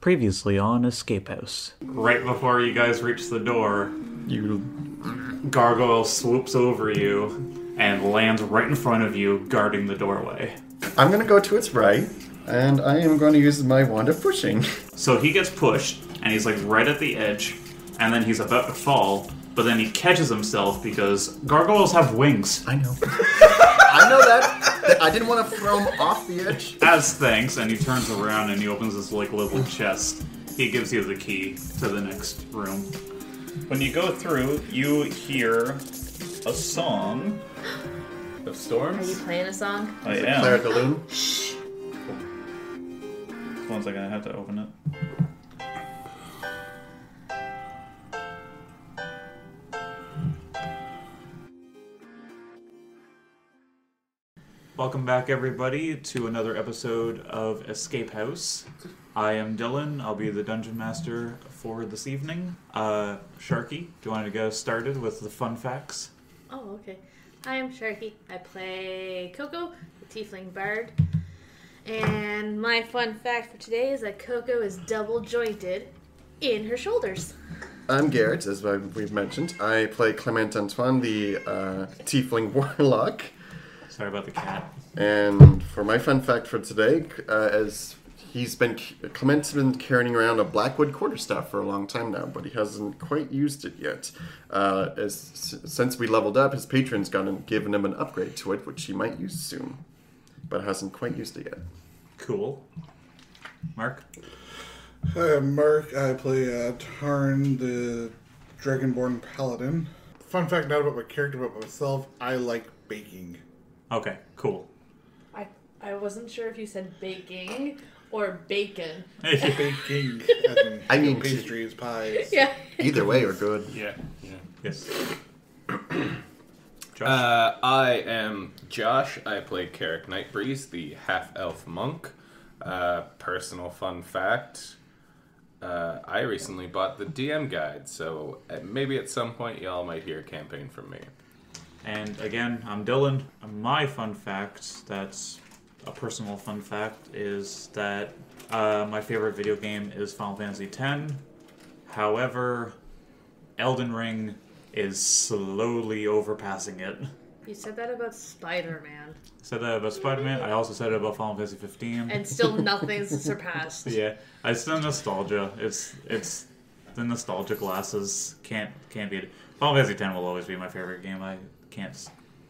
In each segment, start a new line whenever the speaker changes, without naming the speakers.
Previously on Escape House.
Right before you guys reach the door,
You
Gargoyle swoops over you and lands right in front of you, guarding the doorway.
I'm gonna go to its right, and I am gonna use my wand of pushing.
So he gets pushed, and he's like right at the edge, and then he's about to fall, but then he catches himself because gargoyles have wings
I know. I know that. I didn't want to throw him off the edge.
as thanks, and he turns around and he opens his like little chest. He gives you the key to the next room. When you go through, you hear a song of
Are you
storms.
playing a song?
I
Claire
am.
de Lune.
One second, I have to open it. Welcome back, everybody, to another episode of Escape House. I am Dylan. I'll be the dungeon master for this evening. Uh, Sharky, do you want to get us started with the fun facts?
Oh, okay. Hi, I'm Sharky. I play Coco, the tiefling bard. And my fun fact for today is that Coco is double jointed in her shoulders.
I'm Garrett, as I- we've mentioned. I play Clement Antoine, the uh, tiefling warlock.
Sorry about the cat.
And for my fun fact for today, uh, as he's been Clement's been carrying around a Blackwood quarterstaff for a long time now, but he hasn't quite used it yet. Uh, as s- since we leveled up, his patron's gone and given him an upgrade to it, which he might use soon, but hasn't quite used it yet.
Cool. Mark?
Hi, I'm Mark. I play uh, Tarn, the Dragonborn Paladin. Fun fact not about my character, but myself, I like baking.
Okay, cool.
I, I wasn't sure if you said baking or bacon.
Baking. as
I
in
mean-
pastries, pies.
Yeah.
Either way, are good.
Yeah. yeah.
Yes. Josh?
Uh, I am Josh. I play Carrick Nightbreeze, the half elf monk. Uh, personal fun fact uh, I recently bought the DM guide, so uh, maybe at some point y'all might hear a campaign from me.
And again, I'm Dylan. My fun fact that's a personal fun fact is that uh, my favorite video game is Final Fantasy X. However, Elden Ring is slowly overpassing it. I
You said that about Spider Man.
said that about Spider Man. I also said it about Final Fantasy 15.
And still nothing's surpassed.
yeah, it's the nostalgia. It's it's the nostalgia glasses can't can't be. Final Fantasy X will always be my favorite game. I can't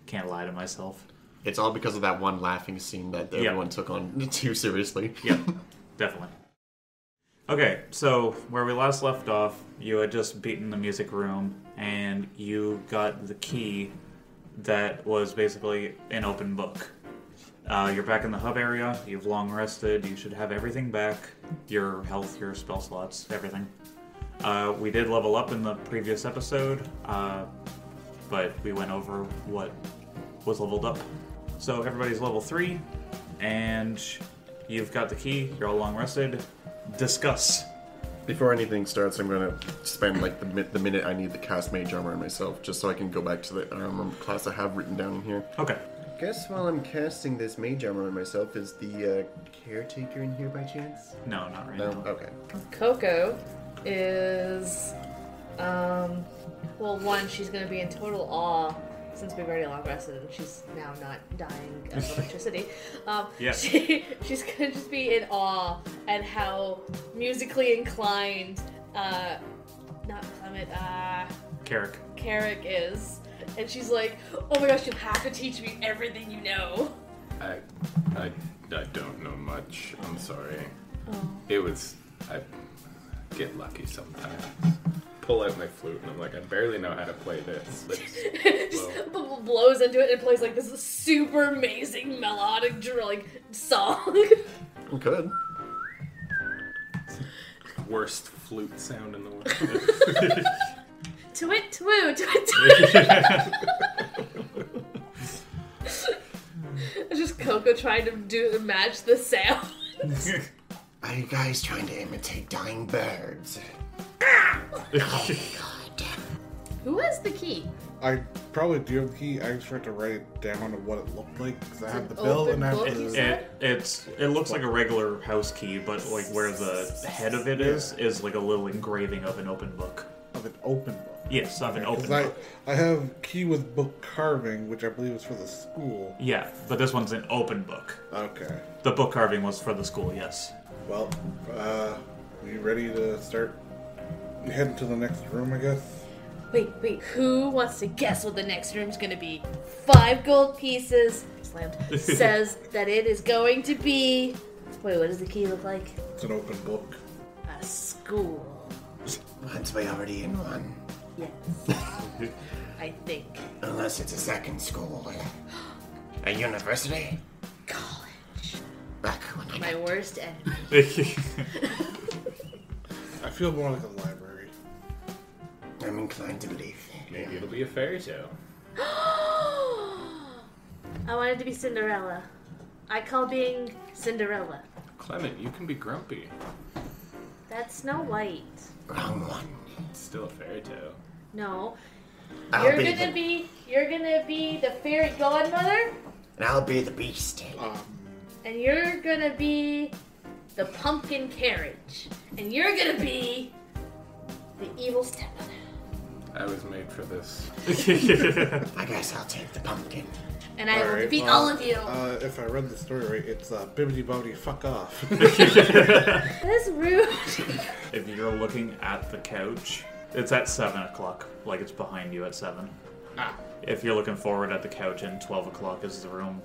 can't lie to myself.
It's all because of that one laughing scene that everyone took on too seriously.
Yep, definitely. Okay, so where we last left off, you had just beaten the music room and you got the key that was basically an open book. Uh, you're back in the hub area, you've long rested, you should have everything back your health, your spell slots, everything. Uh, we did level up in the previous episode, uh, but we went over what was leveled up. So everybody's level three, and you've got the key. You're all long rested. Discuss.
Before anything starts, I'm gonna spend like the, mi- the minute I need to cast mage armor on myself, just so I can go back to the armor class I have written down in here.
Okay.
Guess while I'm casting this mage armor on myself, is the uh, caretaker in here by chance?
No, not right
No.
now.
Okay.
Coco is, um, well, one, she's going to be in total awe since we've already long rested and she's now not dying of electricity. Um,
Yes.
she, she's going to just be in awe at how musically inclined, uh, not Clement, uh,
Carrick.
Carrick is. And she's like, oh my gosh, you have to teach me everything you know.
I, I, I don't know much. I'm sorry.
Oh.
It was. I get lucky sometimes. Pull out my flute, and I'm like, I barely know how to play this. Let's-
just b- b- blows into it and plays like this super amazing melodic dr- like song.
I'm good.
worst flute sound in the world.
twit twoo, twit twoo. It's just Coco trying to do match the sound.
Are you guys trying to imitate dying birds?
Who has the key?
I probably do have the key. I just forgot to write it down on what it looked like because I
It's
have the
an
bill
open
and I have
book,
the.
you said?
It it's it looks like a regular house key, but like where the head of it is is like a little engraving of an open book.
of an open book.
Yes, of an open
Because I,
book.
I have key with book carving, which I believe is for the school.
Yeah, but this one's an open book.
Okay.
The book carving was for the school. Yes.
Well, uh, you ready to start heading to the next room? I guess.
Wait, wait. Who wants to guess what the next room's gonna be? Five gold pieces. Slammed. Says that it is going to be. Wait, what does the key look like?
It's an open book.
A school.
Aren't we already in one?
Yes. I think.
Unless it's a second school. A university?
College.
Back when I
My worst enemy.
I feel more like a library.
I'm inclined to believe.
Maybe it'll be a fairy tale.
I wanted to be Cinderella. I call being Cinderella.
Clement, you can be grumpy.
That's Snow White.
Wrong one.
It's still a fairy tale.
No.
I'll
You're
be
gonna
the,
be you're gonna be the fairy godmother
and I'll be the beast.
and you're gonna be the pumpkin carriage. And you're gonna be the evil stepmother.
I was made for this.
I guess I'll take the pumpkin.
And I will
Alright,
defeat
well,
all of you.
Uh, if I read the story right, it's uh, bibbidi bobbidi fuck off.
That's rude.
if you're looking at the couch, it's at seven o'clock. Like it's behind you at seven.
Ah.
If you're looking forward at the couch and twelve o'clock is the room,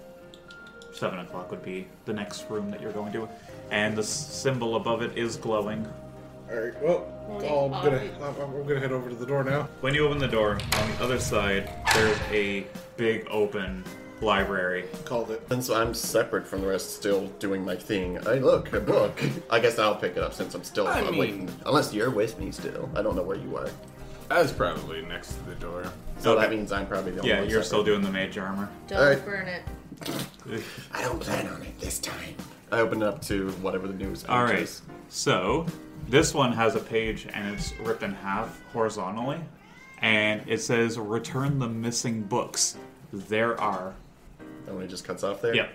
seven o'clock would be the next room that you're going to, and the s- symbol above it is glowing.
All right. Well,
Well,
I'm gonna
yeah,
I'm, I'm gonna head over to the door now.
When you open the door, on the other side, there's a big open library.
Called it.
Since I'm separate from the rest, still doing my thing, I look, a book. I guess I'll pick it up since I'm still
I
I'm
mean-
waiting. Unless you're with me still. I don't know where you are.
I was probably next to the door.
So that
Okay.
means I'm probably the only
Yeah,
one.
you're still doing
separate.
the mage armor.
Don't
Alright.
burn it.
I don't plan on it this time. I open up to whatever the news page
All right.
is.
So this one has a page and it's ripped in half horizontally, and it says "Return the missing books." There are.
And when it just cuts off there?
Yep.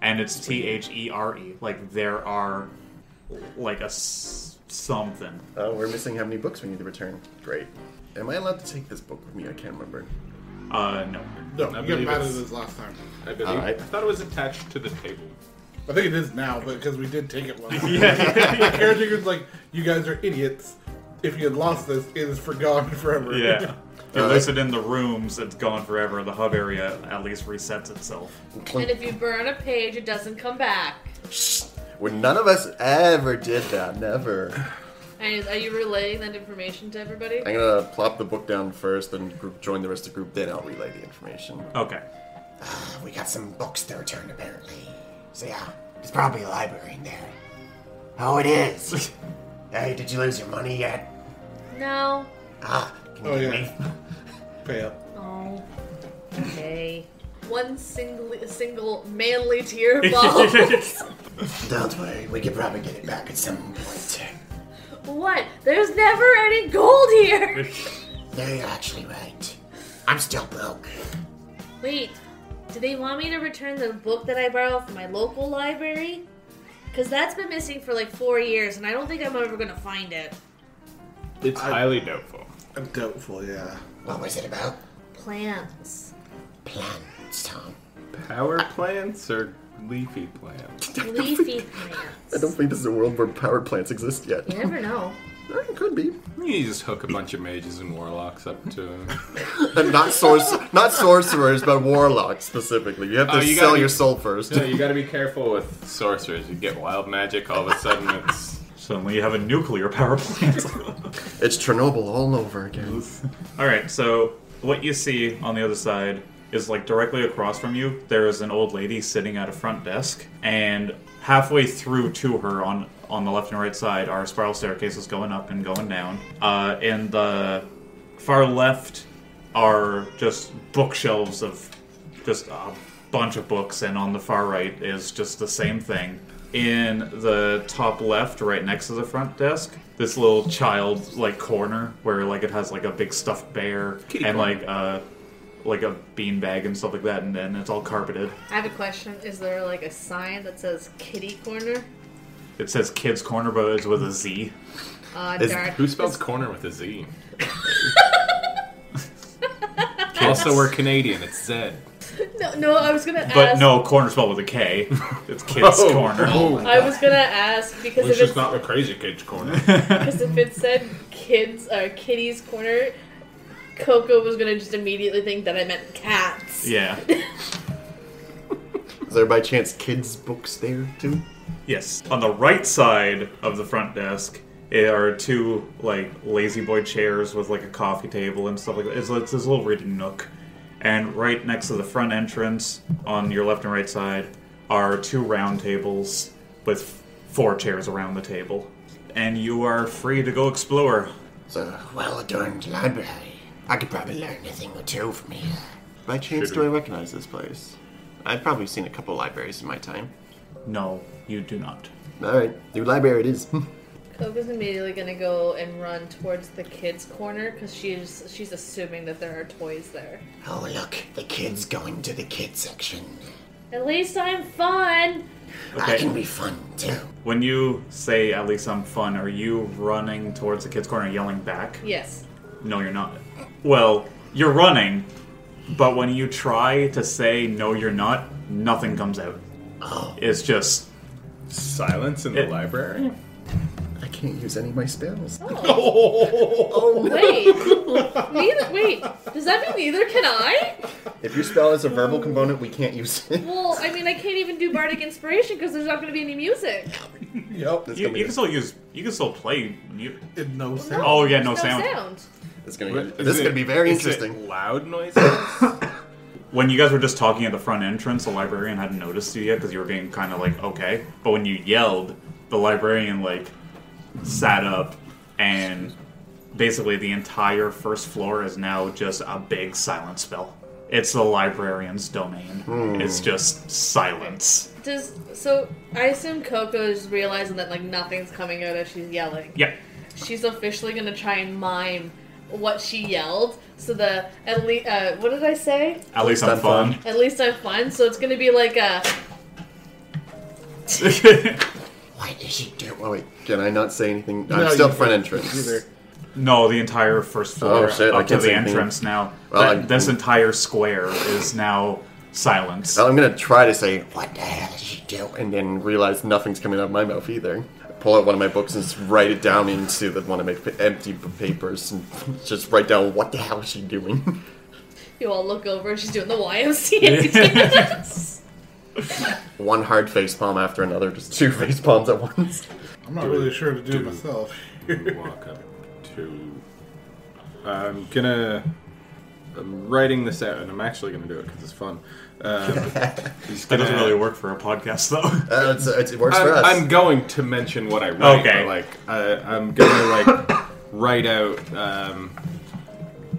And it's T H E R E. Like there are, like a s- something.
Uh, we're missing how many books we need to return. Great. Am I allowed to take this book with me? I can't remember.
Uh, no.
No,
I
you got
believe
mad at
it's-
us last time.
I believe.
Alright.
I thought it was attached to the table.
I think it is now, but because we did take it last. time.
Yeah.
the caretaker's like, "You guys are idiots. If you had lost this, it is forgotten forever."
yeah. If you
Uh,
lose it in the rooms, it's gone forever. The hub area at least resets itself.
And if you burn a page, it doesn't come back.
Well, none of us ever did that. Never.
And are you relaying that information to everybody?
I'm gonna plop the book down first, then group, join the rest of the group. Then I'll relay the information.
Okay.
We got some books to return, apparently. So yeah, there's probably a library in there. Oh, it is. hey, did you lose your money yet?
No.
Ah, can
Oh yeah. Pay up.
Oh. Okay. One single single manly tear falls.
Don't worry, we could probably get it back at some point.
what? There's never any gold here.
No, you're actually right. I'm still broke.
Wait. Do they want me to return the book that I borrowed from my local library? Cause that's been missing for like four years, and I don't think I'm ever gonna find it.
It's highly doubtful.
I'm doubtful. Yeah.
What was it about?
Plants.
Plans, Tom.
Power plants or leafy plants?
Leafy
I don't
plants.
think this is a world where power plants exist yet.
You never know.
Eh, It could be.
You just hook a bunch of mages and warlocks up to them.
And not sorc- not sorcerers, but warlocks specifically. You have to
Oh, you
sell
gotta-
your soul first.
No, you gotta be careful with sorcerers. You get wild magic, all of a sudden it's.
Suddenly you have a nuclear power plant.
It's Chernobyl all over again.
All right, so what you see on the other side is like directly across from you. There is an old lady sitting at a front desk, and halfway through to her on on the left and right side are spiral staircases going up and going down. Uh, in the far left are just bookshelves of just a bunch of books, and on the far right is just the same thing. in the top left, right next to the front desk, this little child like corner where like it has like a big stuffed bear
Kitty
and
corner.
like a like a beanbag and stuff like that, and then it's all carpeted.
I have a question. Is there like a sign that says kitty corner?
It says kids corner, but it's with a Z.
Uh,
Is-
darn.
Who spells corner with a Z? also, we're Canadian. It's Z.
No, no, I was gonna
But
ask.
no, corner spelled with a K. It's kids
Oh.
corner.
I was gonna ask because
Which
if it's
is not the crazy kid's corner.
because if it said kids or kitty's corner, Coco was gonna just immediately think that I meant cats.
Yeah.
Is there by chance kids' books there too?
Yes. On the right side of the front desk eh, are two like lazy boy chairs with like a coffee table and stuff like that. It's, it's this little reading nook, and right next to the front entrance, on your left and right side, are two round tables with f- four chairs around the table, and you are free to go explore.
It's a well adorned library. I could probably learn a thing or two from here. By chance,
Should
do
we?
I recognize this place? I've probably seen a couple libraries in my time.
No, you do not.
Alright, new library it is.
Coco's immediately gonna go and run towards the kids corner because she's she's assuming that there are toys there.
oh, look, the kid's going to the kid section.
At least I'm fun.
Okay.
be fun too.
When you say at least I'm fun, are you running towards the kids' corner and yelling back?
Yes.
No, you're not. Well, you're running, but when you try to say no, you're not, nothing comes out.
Oh,
It's just
Silence in the
It-
library.
I can't use any of my spells.
Oh, wait. neither. Wait. Does that mean neither can I?
If your spell has a verbal component, we can't use it.
Well, I mean, I can't even do bardic inspiration because there's not gonna be any music.
Yep. It's
you,
gonna,
you can still use you can still play. You,
It knows
No,
that.
Oh, yeah,
there's
no sound.
it's gonna,
What-
this is
it-
gonna be very
is it
interesting.
loud noises.
when you guys were just talking at the front entrance, the librarian hadn't noticed you yet because you were being kind of like okay. But when you yelled, the librarian like sat up and basically the entire first floor is now just a big silent spell. It's the librarian's domain.
Hmm.
It's just silence.
Does so? I assume Coco is realizing that like nothing's coming out as she's yelling.
Yeah.
She's officially gonna try and mime what she yelled. So the at least uh, what did I say?
At least I'm
I'm fun.
fun.
At least I'm fun. So it's gonna be like uh, a
What is he doing? Oh, wait, can I not say anything?
No,
I'm
you
still front
can't
entrance.
Either.
no, the entire first floor
Oh, shit, I
up to
can't
the
say anything.
entrance now.
Well,
that,
I'm-
this entire square is now silence.
Well, I'm gonna try to say, "What the hell did you do?" and then realize nothing's coming out of my mouth either. Pull out one of my books and just write it down into the one of my pa- empty p- papers and just write down what the hell is she doing.
you all look over. She's doing the YMCA dance.
one hard face palm after another, just two face palms at once.
I'm not really sure to do
Do-
it myself.
You walk up to. I'm gonna. I'm writing this out, and I'm actually gonna do it because it's fun. Um, he's
that
gonna-
doesn't really work for a podcast though.
Uh, it's, it's, it works
I'm,
for us.
I'm going to mention what I write.
Okay.
but, like I, I'm gonna like write out. Um,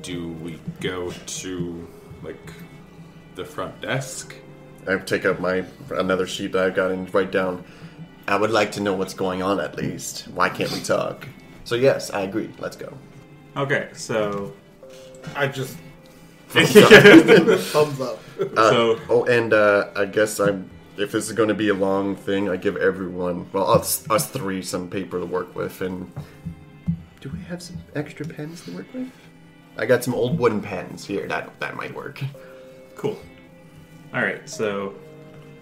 do we go to like the front desk?
I take out my another sheet that I've got and write down. I would like to know what's going on at least. Why can't we talk? So yes, I agree. Let's go.
okay, so
I just thumbs up.
so
Oh, and uh, I guess I'm. If this is going to be a long thing, I give everyone, well, us, us three, some paper to work with. And do we have some extra pens to work with? I got some old wooden pens here. That that might work.
cool. All right, so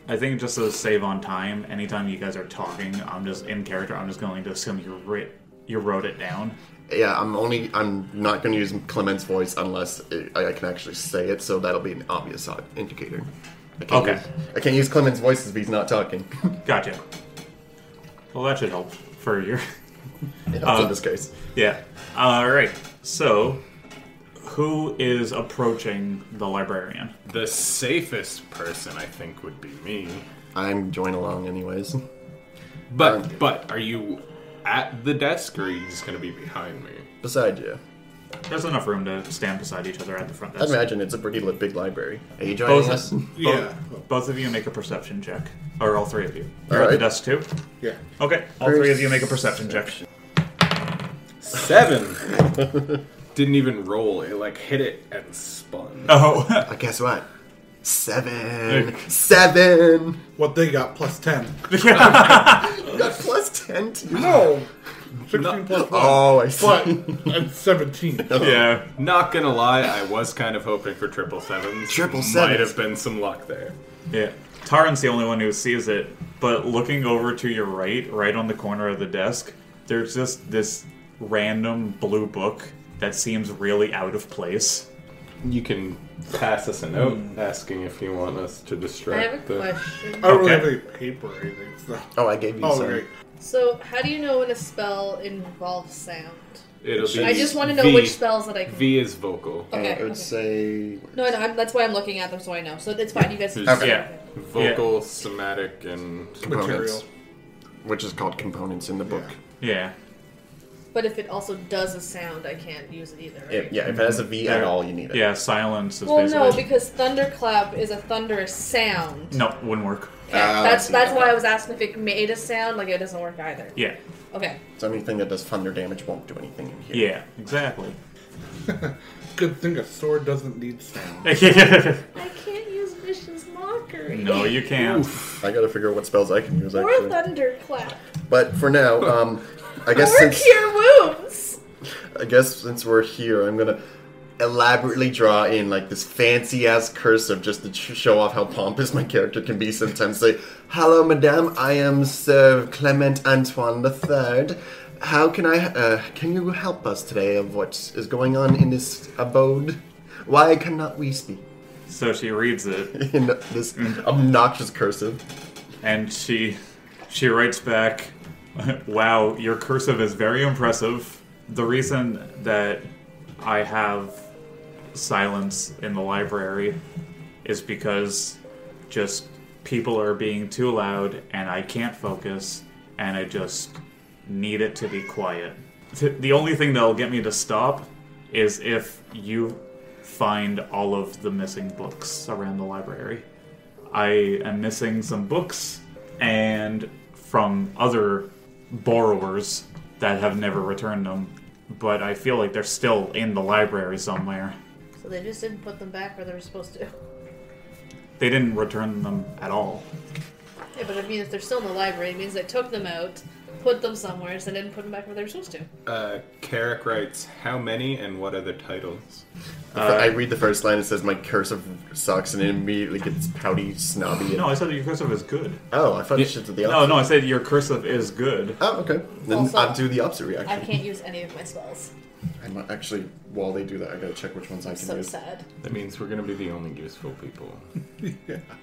I think just to save on time, anytime you guys are talking, I'm just in character. I'm just going to assume you writ you wrote it down.
Yeah, I'm only. I'm not going to use Clement's voice unless it, I, I can actually say it. So that'll be an obvious o- indicator. I can't
Okay.
Use, I can't use Clement's voice if he's not talking.
Gotcha. Well, that should help for your
It helps
Uh,
in this case.
yeah. All right. So, who is approaching the librarian?
The safest person I think would be me.
I'm joining along anyways.
But but are you at the desk or are you just gonna be behind me?
Beside you.
There's enough room to stand beside each other at the front
I
desk.
imagine it's a pretty li- big library. Are you joining
Both,
us?
both,
Yeah.
both of you make a perception check. Or all three of you. You're at
Alright.
the desk too?
Yeah.
Okay, all three of you make a perception check.
Seven. Didn't even roll. It like hit it and spun.
Oh,
Uh, guess what? Seven. Seven.
What they got plus ten.
You got plus ten. To you.
No. Sixteen plus one.
Oh, I see.
But I'm seventeen.
yeah.
Not gonna lie, I was kind of hoping for triple sevens.
Triple
Might
sevens.
have been some luck there.
Yeah. Taran's the only one who sees it, but looking over to your right, right on the corner of the desk, there's just this random blue book that seems really out of place.
You can pass us a note
Hmm.
asking if you want us to
I have a
distract the.
question.
I don't really
Okay.
have any paper or anything. So.
Oh, I gave you
Oh,
some.
great.
So, how do you know when a spell involves sound?
It'll be
I just want to know
V.
which spells that I can.
V is vocal.
Uh,
Okay.
I would
okay.
say.
No, I know, I'm, that's why I'm looking at them, so I know. So it's fine. You guys.
Okay.
Yeah.
Vocal, somatic, and
Material.
Which is called components in the book.
Yeah.
But if it also does a sound, I can't use it either.
Yeah,
Right?
yeah, if it has a V at
Yeah.
all, you need it.
Yeah, silence is
Well,
basically.
no, because thunderclap is a thunderous sound.
No, wouldn't work.
Okay,
Ah, I
that's
see.
that's why I was asking if it made a sound. Like it doesn't work either.
Yeah.
Okay.
So anything that does thunder damage won't do anything in here.
Yeah, exactly.
Good thing a sword doesn't need sound.
I can't use vicious mockery.
no, you can't.
I gotta figure out what spells I can use
Or
actually.
thunderclap.
But for now, um, I guess
Or
since
cure wounds.
I guess since we're here, I'm gonna elaborately draw in like this fancy ass cursive just to sh- show off how pompous my character can be sometimes. Say, "Hello, madame. I am Sir Clement Antoine the Third. How can I? Uh, can you help us today of what is going on in this abode? Why cannot we speak?"
So she reads it
in this
Mm.
obnoxious cursive.
and she she writes back, "Wow, your cursive is very impressive. The reason that I have silence in the library is because just people are being too loud and I can't focus and I just need it to be quiet. Th- The only thing that'll get me to stop is if you find all of the missing books around the library. I am missing some books and from other borrowers that have never returned them, but I feel like they're still in the library somewhere.
So they just didn't put them back where they were supposed to.
They didn't return them at all.
Yeah, but I mean, if they're still in the library, it means they took them out, put them somewhere, so they didn't put them back where they were supposed to.
Uh, Carrick writes, How many and what are the titles?
The fir- I read the first line. It says my cursive sucks, and it immediately gets pouty, snobby. And,
No, I said that your cursive is good.
Oh, I thought you should do the
No,
opposite.
no, I said your cursive is good.
Oh, okay. Then
Also-
I'll do the opposite
I
reaction.
can't use any of my spells.
I'm not- actually, while they do that, I gotta check which ones I can
So
use.
sad.
That means we're gonna be the only useful people.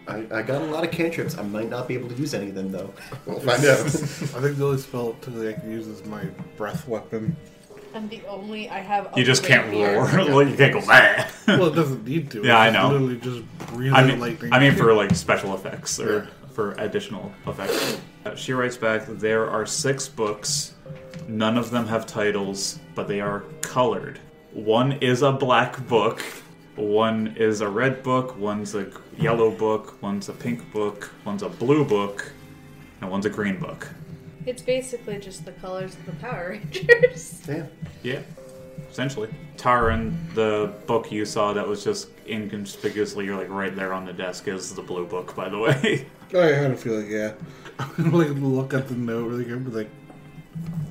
I, I got a lot of cantrips. I might not be able to use any of them though. We'll find out.
I think the only spell typically I can use is my breath weapon.
I'm the only I have.
You
a
just can't
rapier.
roar. Like, you can't go mad.
Well, it doesn't need to.
Yeah, I
It's
know.
Literally just breathing
I mean,
lightning.
I mean for like special effects or for additional effects. Uh, She writes back, there are six books. None of them have titles, but they are colored. One is a black book, one is a red book, one's a yellow book, one's a pink book, one's a blue book, and one's a green book.
It's basically just the colors of the Power Rangers.
yeah.
Yeah, essentially. Taran, the book you saw that was just inconspicuously like right there on the desk is the blue book, by the way.
I had a feeling, yeah. I'm gonna like look at the note really good, but like,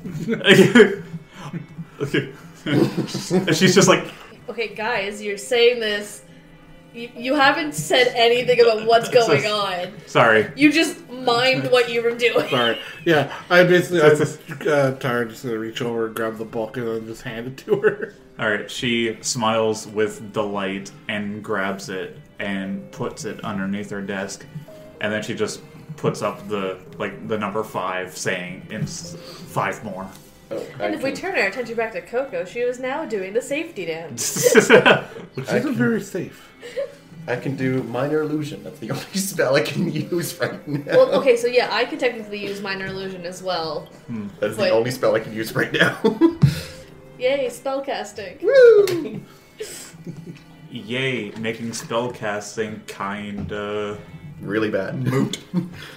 And she's just like,
okay, guys, you're saying this. You, you haven't said anything about what's going on.
sorry.
You just mimed what you were doing.
sorry. Yeah, I basically, I'm just, uh, tired, just gonna reach over, grab the book, and then just hand it to her.
All right, she smiles with delight and grabs it and puts it underneath her desk, and then she just puts up the like the number five, saying, "In s- five more."
Oh, I
And if we
can-
turn our attention back to Coco, she was now doing the safety dance.
Which isn't very safe.
I can do minor illusion. That's the only spell I can use right now.
Well, okay, so yeah, I could technically use minor illusion as well.
That's
wait.
the only spell I can use right now.
Yay, spellcasting.
Yay, making spellcasting kinda
Really bad. Moot.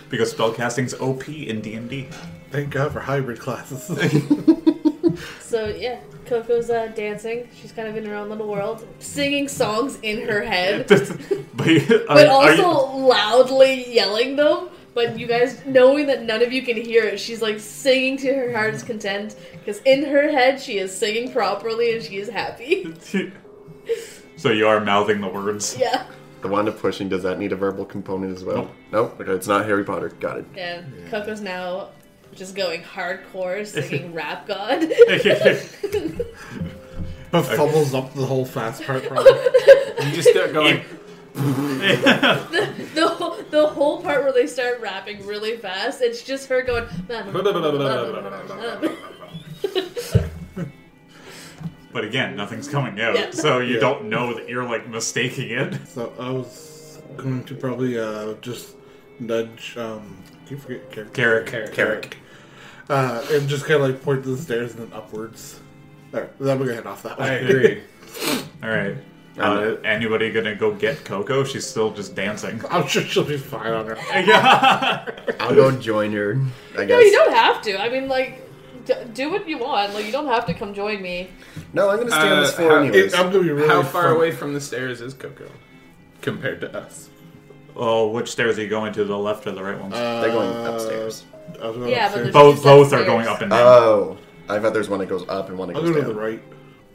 because spellcasting's OP in D and D.
Thank God for hybrid classes.
So yeah, Coco's uh, dancing. She's kind of in her own little world, singing songs in her head,
uh,
but also loudly yelling them. But you guys, knowing that none of you can hear it, she's like singing to her heart's content because in her head she is singing properly and she is happy.
so you are mouthing the words.
yeah,
The wand of pushing, does that need a verbal component as well? No? Okay, it's not Harry Potter. Got it.
yeah. Coco's now just going hardcore, singing "Rap God."
but fumbles up the whole fast part problem.
You just start going.
the whole, the whole part where they start rapping really fast, it's just her going.
But again, nothing's coming out,
Yeah.
so you
Yeah.
don't know that you're like mistaking it.
so I was going to probably uh, just nudge. Um, I keep forgetting character.
Garrick.
Carrick.
Uh, and just kind of like point to the stairs and then upwards. There, then we're gonna head off that
I
way.
agree.
All right. Uh, anybody gonna go get Coco? She's still just dancing.
I'm sure she'll be fine on her.
yeah.
I'll go join her, I guess.
No, you don't have to. I mean, like, d- do what you want. Like, you don't have to come join me.
No, I'm gonna stay on this
Uh,
floor
how-
anyways.
I'm gonna be really
How far
fun-
away from the stairs is Coco compared to us?
Oh, which stairs are you going to? The left or the right ones?
They're going upstairs.
I was going
Yeah, but
upstairs.
there's-
both
Uh, just
both are
upstairs.
going up and down.
Oh. I thought there's one that goes up and one that
I'll
goes
go to
down.
the right.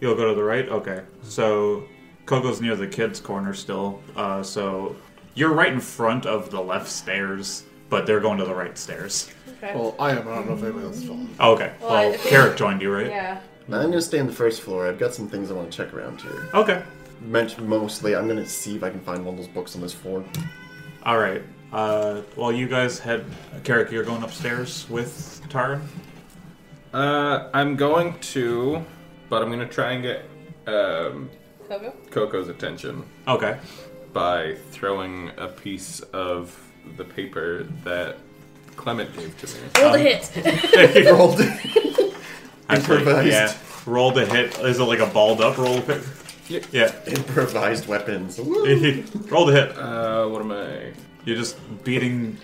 You'll go to the right? Okay. So Coco's near the kids' corner still. Uh, so you're right in front of the left stairs, but they're going to the right stairs.
Okay.
Well, I am. I don't know if anybody else is following.
Oh, Okay.
Well,
Well,
I think-
Carrick joined you, right?
yeah.
Now I'm gonna stay on the first floor. I've got some things I want to check around here.
Okay.
Mench- Mostly, I'm gonna see if I can find one of those books on this floor.
All right. Uh, well, you guys head. Carrick, you're going upstairs with Taran?
Uh, I'm going to, but I'm gonna try and get um,
Coco?
Coco's attention
Okay.
by throwing a piece of the paper that Clement gave to me.
Roll the hit.
Rolled.
Actually,
Improvised.
Yeah. Roll to hit. Is it like a balled up roll?
Yeah.
Yeah.
Improvised weapons. Woo.
roll to hit.
Uh, what am I?
You're just beating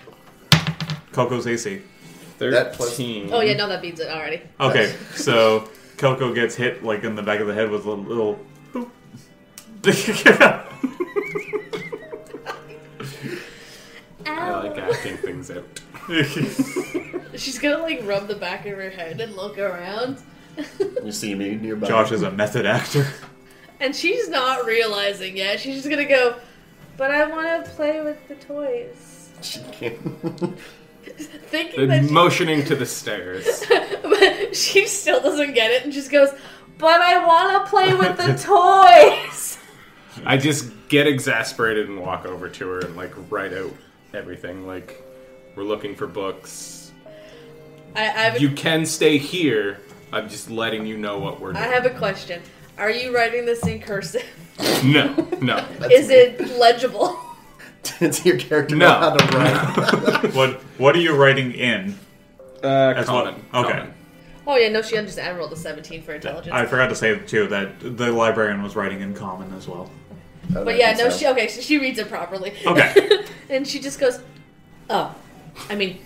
Coco's AC.
That plus-
Thirteen.
Oh, yeah, no, that beats it already.
Okay, so Coco gets hit like in the back of the head with a little. boop.
I
Ow.
like acting things out.
She's gonna, like, rub the back of her head and look around.
You see me nearby.
Josh is a method actor.
And she's not realizing yet. She's just gonna go, but I wanna play with the toys.
She can't.
Thinking
They're
that she
motioning to the stairs.
but she still doesn't get it and just goes, But I want to play with the toys!
I just get exasperated and walk over to her and like write out everything. Like, we're looking for books.
I, I, have, a,
You can stay here. I'm just letting you know what we're
I
doing.
have a question. Are you writing this in cursive?
No, no,
Is it legible?
Does your character
No.
know how to run?
What What are you writing in?
Uh,
That's
common.
what- okay.
common.
Oh, yeah, no, she understands. I rolled a 17 for intelligence.
I forgot to say too that the librarian was writing in common as well.
but yeah, no, she, okay, so she reads it properly.
Okay.
and she just goes, Oh, I mean,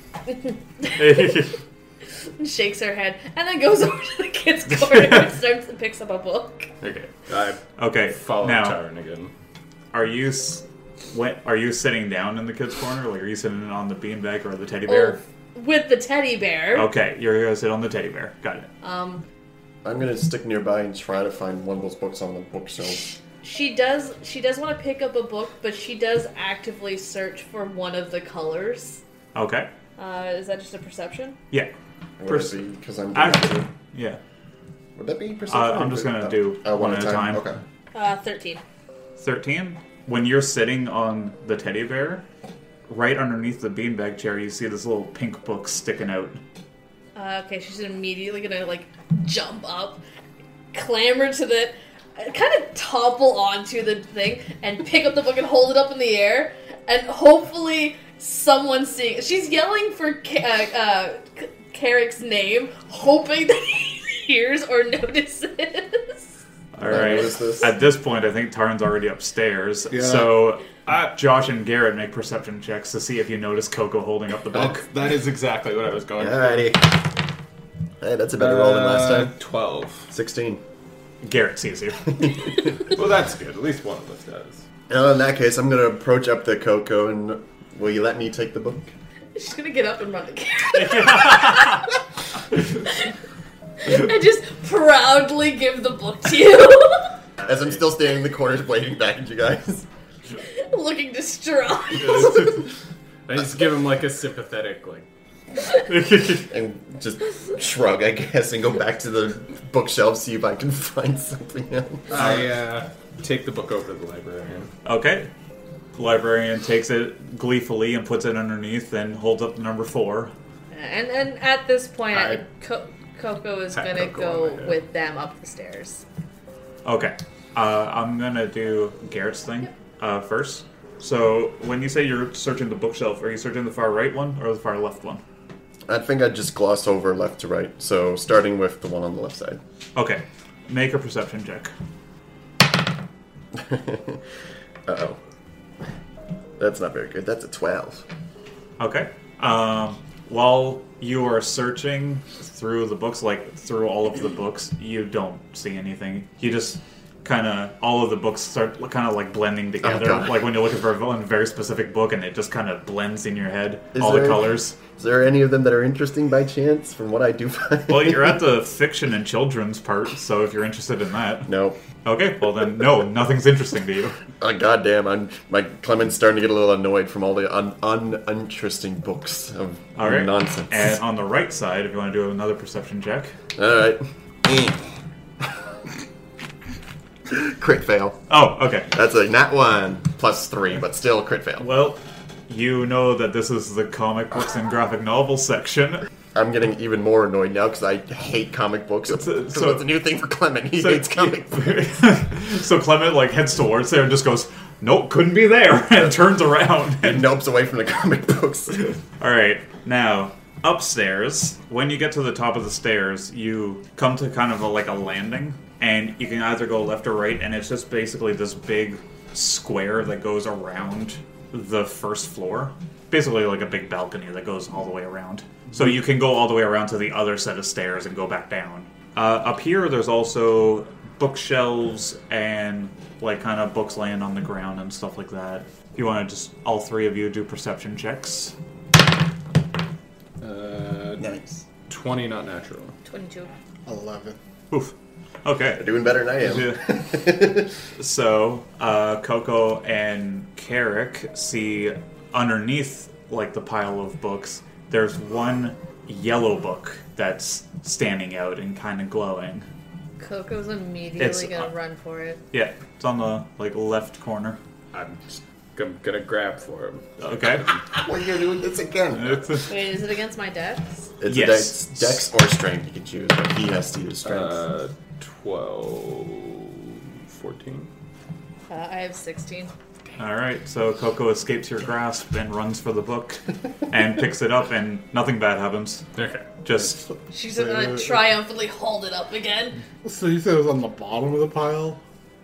and shakes her head, and then goes over to the kids' corner and starts and picks up a book.
Okay. I
okay,
follow
now
Tyron again.
are you s- what, are you sitting down in the kids' corner? Like, are you sitting on the beanbag or the teddy bear?
Oh, with the teddy bear.
Okay, you're gonna sit on the teddy bear. Got it.
Um,
I'm gonna stick nearby and try to find one of those books on the bookshelf.
She does. She does want to pick up a book, but she does actively search for one of the colors.
Okay,
Uh, is that just a perception?
yeah, Pers-
Because I'm.
actually, yeah.
Would that be perception?
Uh,
or
I'm just gonna
no?
do
Uh,
one at a time.
Okay.
Uh, Thirteen.
13 when you're sitting on the teddy bear right underneath the beanbag chair you see this little pink book sticking out
Uh, okay, she's immediately gonna like jump up, clamber to the, kind of topple onto the thing, and pick up the book and hold it up in the air, and hopefully someone seeing. She's yelling for Ca- uh, uh, K- Carrick's name, hoping that. he hears or notices.
All
Yeah,
right.
what is this?
At this point, I think Tarn's already upstairs.
Yeah.
So uh, Josh and Garrett make perception checks to see if you notice Coco holding up the book.
That is exactly what I was going Uh,
Alrighty. Hey, that's a better roll than last
Uh,
time.
Twelve.
16.
Garrett sees you.
Well, that's good. At least one of us does.
Well, in that case, I'm going to approach up to Coco and will you let me take the book?
She's gonna get up and run the camera. and just proudly give the book to you,
As I'm still standing in the corner waving back at you guys.
looking distraught.
I just give him like a sympathetic like.
And just shrug, I guess, and go back to the bookshelf, see if I can find something else.
I uh, take the book over to the librarian.
okay. The librarian takes it gleefully and puts it underneath and holds up the number four.
and and at this point, I,
Hi.
Co- Coco is
Pat
gonna
Coco on
go
oh
the head.
with them up the stairs.
Okay. Uh, I'm gonna do Garrett's thing uh, first. So when you say you're searching the bookshelf, are you searching the far right one or the far left one?
I think I just glossed over left to right, so starting with the one on the left side.
Okay. Make a perception check.
Uh oh. That's not very good. That's a 12.
Okay. Um, while you are searching through the books, like through all of the books, you don't see anything. You just kind of all of the books start kind of like blending together.
Oh, God.
like when you're looking for a one very specific book, and it just kind of blends in your head.
Is
all the
there-
colors.
Is there any of them that are interesting by chance from what I do find?
Well, you're at the fiction and children's part, so if you're interested in that,
No.
okay. Well then, no, nothing's interesting to you.
Oh, goddamn, I'm, my Clement's starting to get a little annoyed from all the un, uninteresting books of
All right.
nonsense.
And on the right side, if you want to do another perception check.
All right. crit fail.
Oh, okay.
That's a nat one plus three, but still crit fail.
Well, you know that this is the comic books and graphic novel section.
I'm getting even more annoyed now because I hate comic books. It's
So-
a,
so-
new thing for Clement. He hates comic books.
so Clement like heads towards there and just goes, "Nope, couldn't be there," and turns around.
He nopes away from the comic books.
All right, now upstairs. When you get to the top of the stairs, you come to kind of a, like a landing, and you can either go left or right, and it's just basically this big square that goes around the first floor. Basically, like a big balcony that goes all the way around. So you can go all the way around to the other set of stairs and go back down. Uh, up here, there's also bookshelves and like kind of books laying on the ground and stuff like that. If you want to just all three of you do perception checks.
Uh,
nice.
Twenty, not natural.
Twenty-two.
11.
Oof. Okay.
Doing better than I am.
Yeah. so, uh, Coco and Carrick see underneath, like, the pile of books, there's one yellow book that's standing out and kind of glowing.
Coco's immediately
It's- uh,
gonna run for it.
Yeah, it's on the, like, left corner.
I'm just g- gonna grab for him.
Okay.
Why are you doing this again?
Wait, is it against my dex?
It's
Uh, Yes.
a dex, dex or strength you can choose, but he has to use strength.
Uh, 12, 14.
Uh, I have sixteen.
All right, so Coco escapes your grasp and runs for the book and picks it up, and nothing bad happens.
Okay.
Just,
She's gonna triumphantly hold it up again.
So you said it was on the bottom of the pile?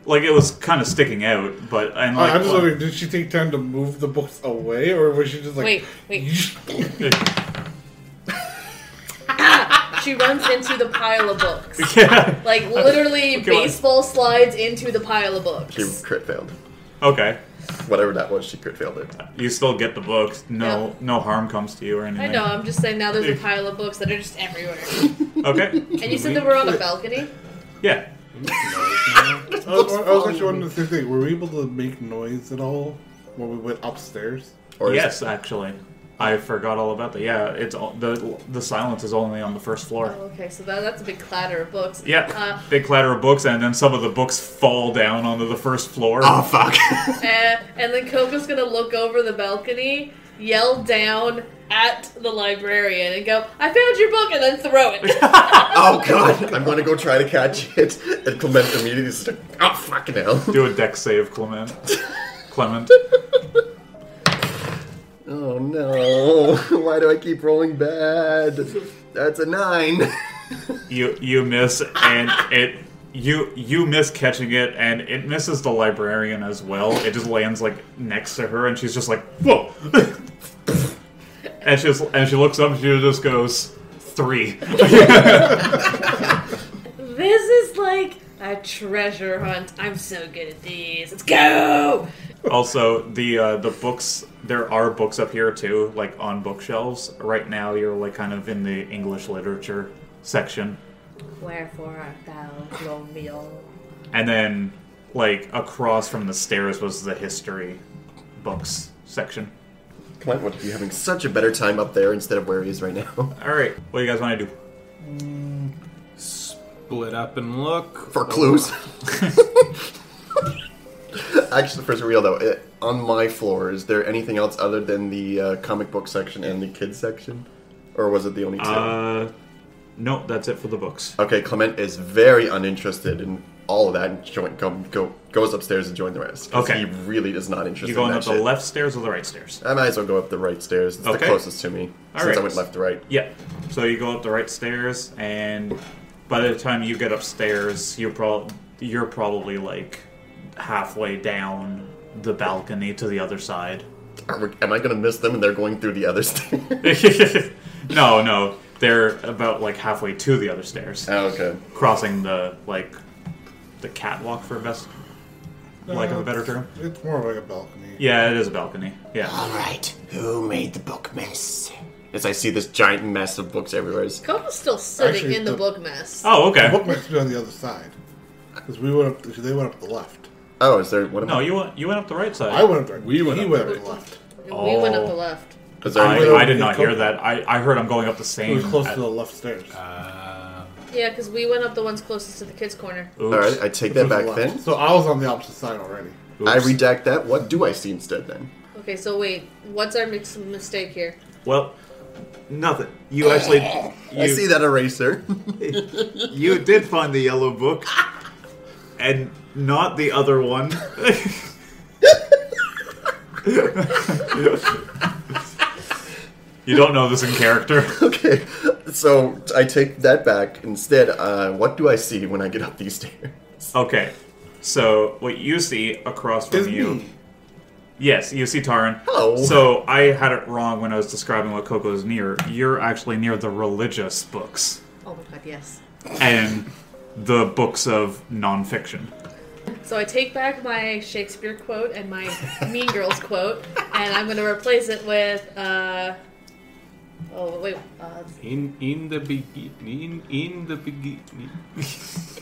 like, it was kind of sticking out, but, and like,
I'm just wondering, did she take time to move the books away, or was she just like.
Wait, wait. She runs into the pile of books.
yeah.
Like literally,
Okay, well-
baseball slides into the pile of
She
books.
crit failed.
Okay.
Whatever that was, she crit failed it.
You still get the books. No
Yeah.
no harm comes to you or
I
anything.
know. I'm just saying. Now there's a pile of books that are just everywhere.
Okay.
And you said that we're on a balcony.
Yeah.
I was, I was actually wondering the same thing. Were we able to make noise at all when we went upstairs?
Or is-
yes, actually. I forgot all about that. Yeah, it's all, the the silence is only on the first floor.
Oh, okay, so that, that's a big clatter of books. Uh,
Yeah, big clatter of books, and then some of the books fall down onto the first floor.
Oh fuck!
Uh, and, and then Coco's gonna look over the balcony, yell down at the librarian, and go, "I found your book!" and then throw it.
oh god! I'm gonna go try to catch it. And Clement immediately is like, oh fucking hell!
Do a deck save, Clement. Clement.
Oh no! Why do I keep rolling bad? That's a nine.
you you miss and it you you miss catching it and it misses the librarian as well. It just lands like next to her and she's just like whoa, and she's and she looks up and she just goes three.
This is like a treasure hunt. I'm so good at these. Let's go!
also the uh, the books there are books up here too like on bookshelves right now you're like kind of in the english literature section
Wherefore art thou, Romeo?
and then like across from the stairs was the history books section
Clint would be having such a better time up there instead of where he is right now.
all right what do you guys want to do
Split up and look
Oh.
For clues. Actually, for real though, it, on my floor, is there anything else other than the uh, comic book section and the kids section? Or was it the only two?
uh no that's it for the books
okay, Clement is very uninterested in all of that and join, go, go, goes upstairs and join the rest. 'cause
Okay.
He really is not interested
you going
in that
up the
shit.
left stairs or the right stairs
I might as well go up the right stairs. It's the
Okay.
closest to me.
All
since I
right.
went left to right.
yeah so you go up the right stairs and by the time you get upstairs you're probably you're probably like halfway down the balcony to the other side
Are we, am I going to miss them and they're going through the other stairs?
no no they're about like halfway to the other stairs
oh, okay.
crossing the like the catwalk for best lack of a better term
Uh, It's more like a balcony.
yeah it is a balcony yeah
All right, who made the book mess? As I see this giant mess of books everywhere. it's-
Coco's still sitting
Actually,
in the,
the-
book mess.
oh
The
okay
book must be on the other side. Because we went up, they went up the left.
Oh, is there? What am
no
I?
you went you went up the right side
I went up the right.
We went
he
up
went
the
up the
right.
left.
We went
Oh.
up the left.
Is there
I,
anybody-
I did not hear
Coco.
that. I, I heard I'm going up the same.
It was close
at-
to the left stairs.
Uh,
Yeah, because we went up the ones closest to the kids' corner.
Oops.
All right, I take that
It was
back
left.
then.
So I was on the opposite side already.
I
Oops.
redact that. What do I see instead then?
Okay, so wait, what's our mix- mistake here?
Well, nothing. You actually. You,
I see that eraser.
You did find the yellow book, and not the other one. you don't know this in character.
okay, so I take that back. Instead, uh, what do I see when I get up these stairs?
Okay, so what you see across from
It's
you.
me.
Yes, you see Taran.
Oh.
So I had it wrong when I was describing what Coco's near. You're actually near the religious books
Oh my god, yes.
and the books of nonfiction.
So I take back my Shakespeare quote and my Mean Girls quote, and I'm going to replace it with, uh. Oh, wait. Uh,
in in the beginning, in the beginning,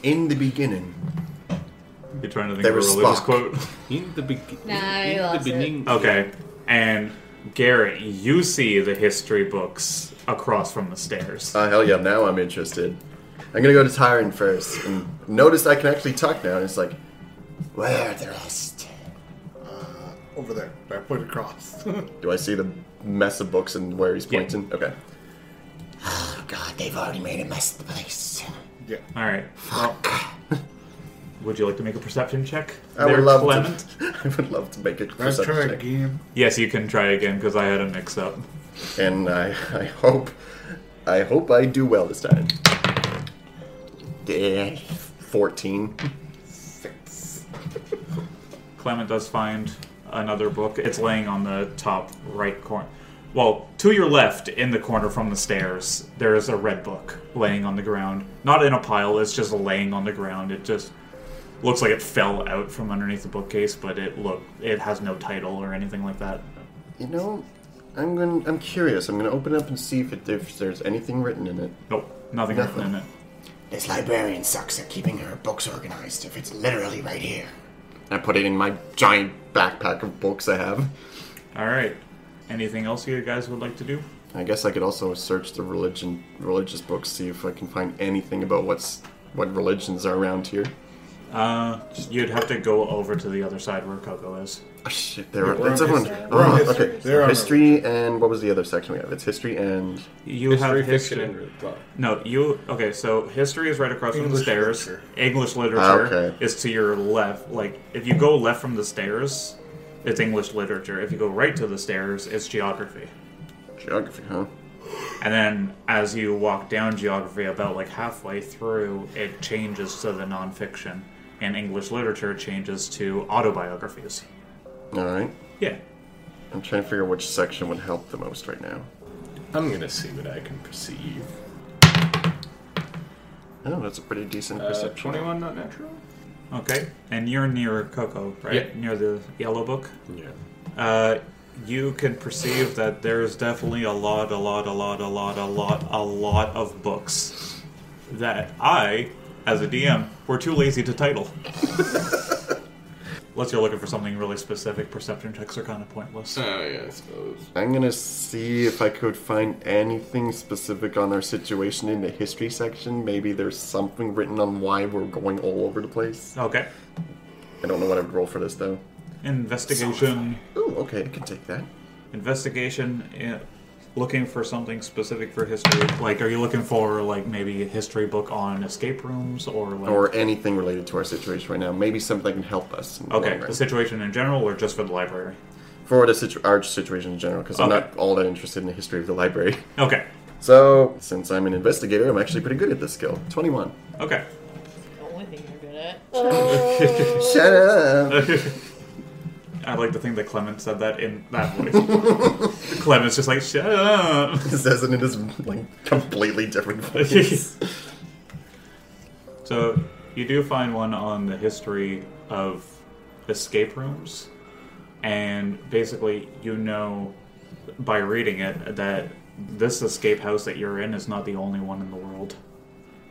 In the beginning,
You're trying to think
They
of a
were
religious
Spock.
quote.
in the beginning,
Nah, I
in the
lost it.
beginning.
Okay. And Garrett, you see the history books across from the stairs.
oh hell yeah! Now I'm interested. I'm gonna go to Tyron first and notice I can actually talk now. And it's like, where are the rest?
Uh, over there. I pointed across.
Do I see the mess of books and where he's
Yeah.
pointing? Okay. Oh god, they've already made a mess of the place.
yeah.
All right. Well, would you like to make a perception check?
I would
there,
love
Clement?
to. I would love to make a
Let's try
perception check.
again.
Yes, you can try again because I had a mix up.
and I, I hope, I hope I do well this time. Eh, Fourteen.
Six.
Clement does find another book. It's laying on the top right corner. Well, to your left, in the corner from the stairs, there is a red book laying on the ground. Not in a pile, it's just laying on the ground. It just looks like it fell out from underneath the bookcase, but it look it has no title or anything like that.
You know, I'm going. I'm curious. I'm going to open up and see if, it, if there's anything written in it.
Nope, nothing written in it.
This librarian sucks at keeping her books organized if it's literally right here.
I put it in my giant backpack of books I have.
All right. Anything else you guys would like to do?
I guess I could also search the religion, religious books, see if I can find anything about what's what religions are around here.
Uh, you'd have to go over to the other side where Coco is.
Oh, shit, there are,
we're
that's
on
everyone.
history.
Oh,
We're on history.
okay,
They're on
history and what was the other section we have? It's history and
You
History,
have
fiction,
history.
and re- well,
No, you okay? So history is right across from the
English
stairs.
literature.
English literature
Ah, okay.
is to your left. Like if you go left from the stairs, it's English literature. If you go right to the stairs, it's geography.
geography, huh?
And then as you walk down geography, about like halfway through, it changes to the nonfiction, and English literature changes to autobiographies.
All right.
Yeah.
I'm trying to figure out which section would help the most right now.
I'm gonna see what I can perceive.
Oh, that's a pretty decent
Uh,
perception.
21 not natural?
Okay. And you're near Coco, right?
Yeah.
Near the yellow book.
Yeah.
Uh, you can perceive that there's definitely a lot, a lot, a lot, a lot, a lot, a lot of books that I, as a DM, were too lazy to title. Unless you're looking for something really specific, perception checks are kind of pointless.
Oh, yeah, I suppose.
I'm gonna see if I could find anything specific on our situation in the history section. Maybe there's something written on why we're going all over the place.
Okay.
I don't know what I would roll for this though.
Investigation.
Ooh, okay, I can take that.
Investigation. eh, Looking for something specific for history. Like, are you looking for, like, maybe a history book on escape rooms or, like.
Or anything related to our situation right now. Maybe something that can help us. in the
okay,
long run.
the situation in general or just for the library?
for the situ- our situation in general, because I'm
Okay.
not all that interested in the history of the library.
Okay.
So, since I'm an investigator, I'm actually pretty good at this skill. 21.
Okay.
The only thing you're good at.
Oh.
Shut up!
I like to think that Clement said that in that voice. Clement's just like, shut up.
This isn't in his like completely different voice.
so you do find one on the history of escape rooms, and basically you know by reading it that this escape house that you're in is not the only one in the world.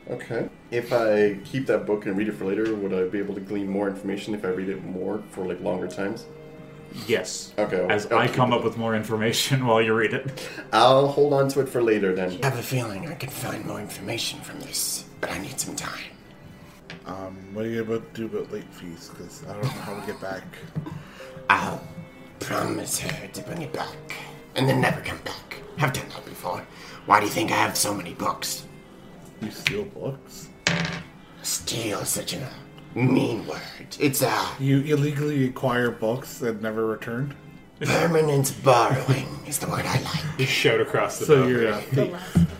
okay. If I keep that book and read it for later, would I be able to glean more information if I read it more for like longer times?
Yes.
Okay, well,
As
I'll
I
keep
come
it.
up with more information while you read it.
I'll hold on to it for later then.
I have a feeling I could find more information from this, but I need some time.
Um, what are you about to do about late fees? Because I don't know how to get back.
I'll promise her to bring it back, and then never come back. I've done that before. Why do you think I have so many books?
You steal books?
Steal is such a mean word. It's a
You illegally acquire books that never returned?
permanent borrowing is the word I like.
You shout across the
So
balcony.
you're a thief.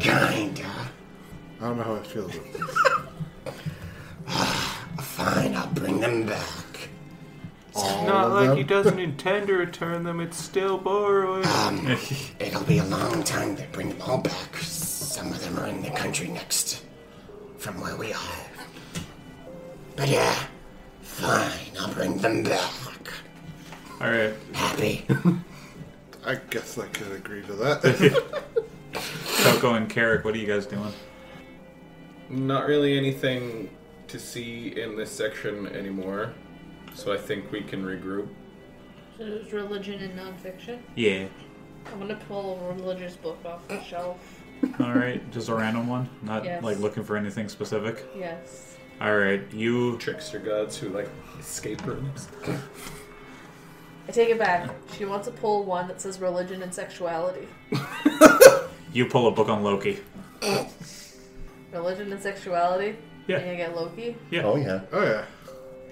Kinda.
I don't know how I feel about this.
Fine, I'll bring them back.
Not
like them.
he doesn't intend to return them, it's still borrowing.
Um, it'll be a long time to bring them all back. Some of them are in the country next from where we are. But yeah, fine, I'll bring them back.
All right.
Happy?
I guess I could agree to that.
Coco and Carrick, what are you guys doing?
Not really anything to see in this section anymore, so I think we can regroup.
So it's religion and nonfiction.
Yeah.
I'm gonna pull a religious book off the shelf.
All right, just a random one, not
Yes.
like looking for anything specific.
Yes.
All right, you.
Trickster gods who like escape rooms.
I take it back. She wants to pull one that says religion and sexuality.
You pull a book on Loki.
Religion and sexuality.
Yeah.
And you get Loki.
Oh yeah.
oh, yeah.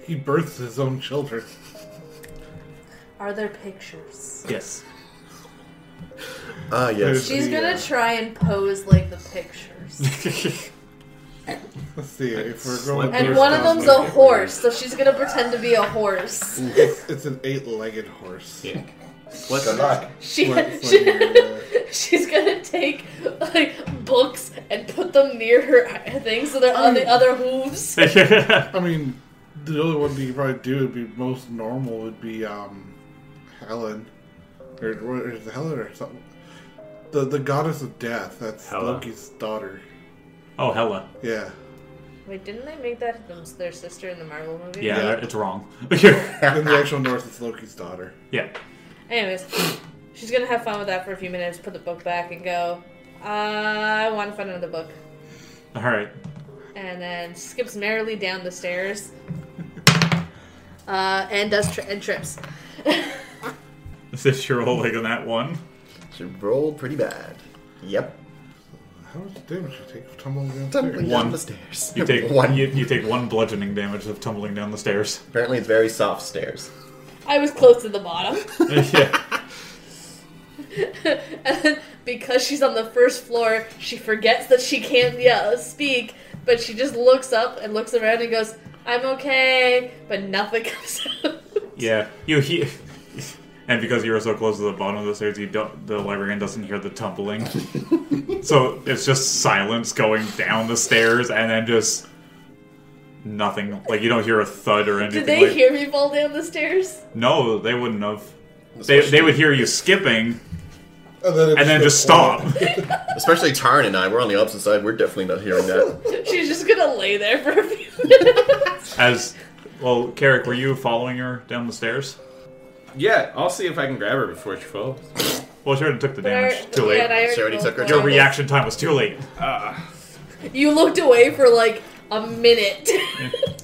He births his own children.
Are there pictures?
Yes.
Ah yes.
She's
Yeah.
gonna try and pose like the pictures.
Let's see if we're going.
Slip
And
There's
one of
no
them's
way.
a horse, so she's gonna pretend to be a horse.
It's, it's an eight-legged horse.
Yeah.
What's that?
She,
It's
she-
like, uh,
she's gonna take like books and put them near her thing so they're on the other hooves.
I mean, the only one that you probably do would be most normal would be um, Helen, or, or is it Helen or something. The the goddess of death. That's
Hela.
Loki's daughter.
oh, hella.
Yeah.
Wait, didn't they make that them, their sister in the Marvel movie?
Yeah, that- it's wrong.
In the actual North, it's Loki's daughter.
yeah.
Anyways, she's gonna have fun with that for a few minutes, put the book back, and go. "Uh, I want to find another book,
All right.
and then skips merrily down the stairs, uh, and does tri- and trips.
Is this your old like on that one?
She rolled pretty bad. Yep.
How much damage did she take for tumbling
Tumbling
downstairs?
down
One.
the stairs.
You take
one.
You, you take one bludgeoning damage of tumbling down the stairs.
Apparently, it's very soft stairs.
I was close to the bottom.
yeah.
and then because she's on the first floor, she forgets that she can't yeah, speak, but she just looks up and looks around and goes, I'm okay, but nothing comes out.
Yeah, you hear, and because you're so close to the bottom of the stairs, you don't. The librarian doesn't hear the tumbling, so it's just silence going down the stairs, and then just nothing. Like you don't hear a thud or anything.
Did they
like-
hear me fall down the stairs?
No, they wouldn't have. They, they would hear you skipping
And then, it
and then just
goes
stop.
quiet.
Especially Tarn and I, we're on the opposite side. We're definitely not hearing that.
She's just gonna lay there for a few minutes.
As well, Carrick, were you following her down the stairs?
Yeah, I'll see if I can grab her before she falls.
Well, she already took the
But I-
damage. Too
yeah, and I
late.
already
She already
rolled
took her
for
Your
it.
reaction time was too late.
You looked away for like a minute.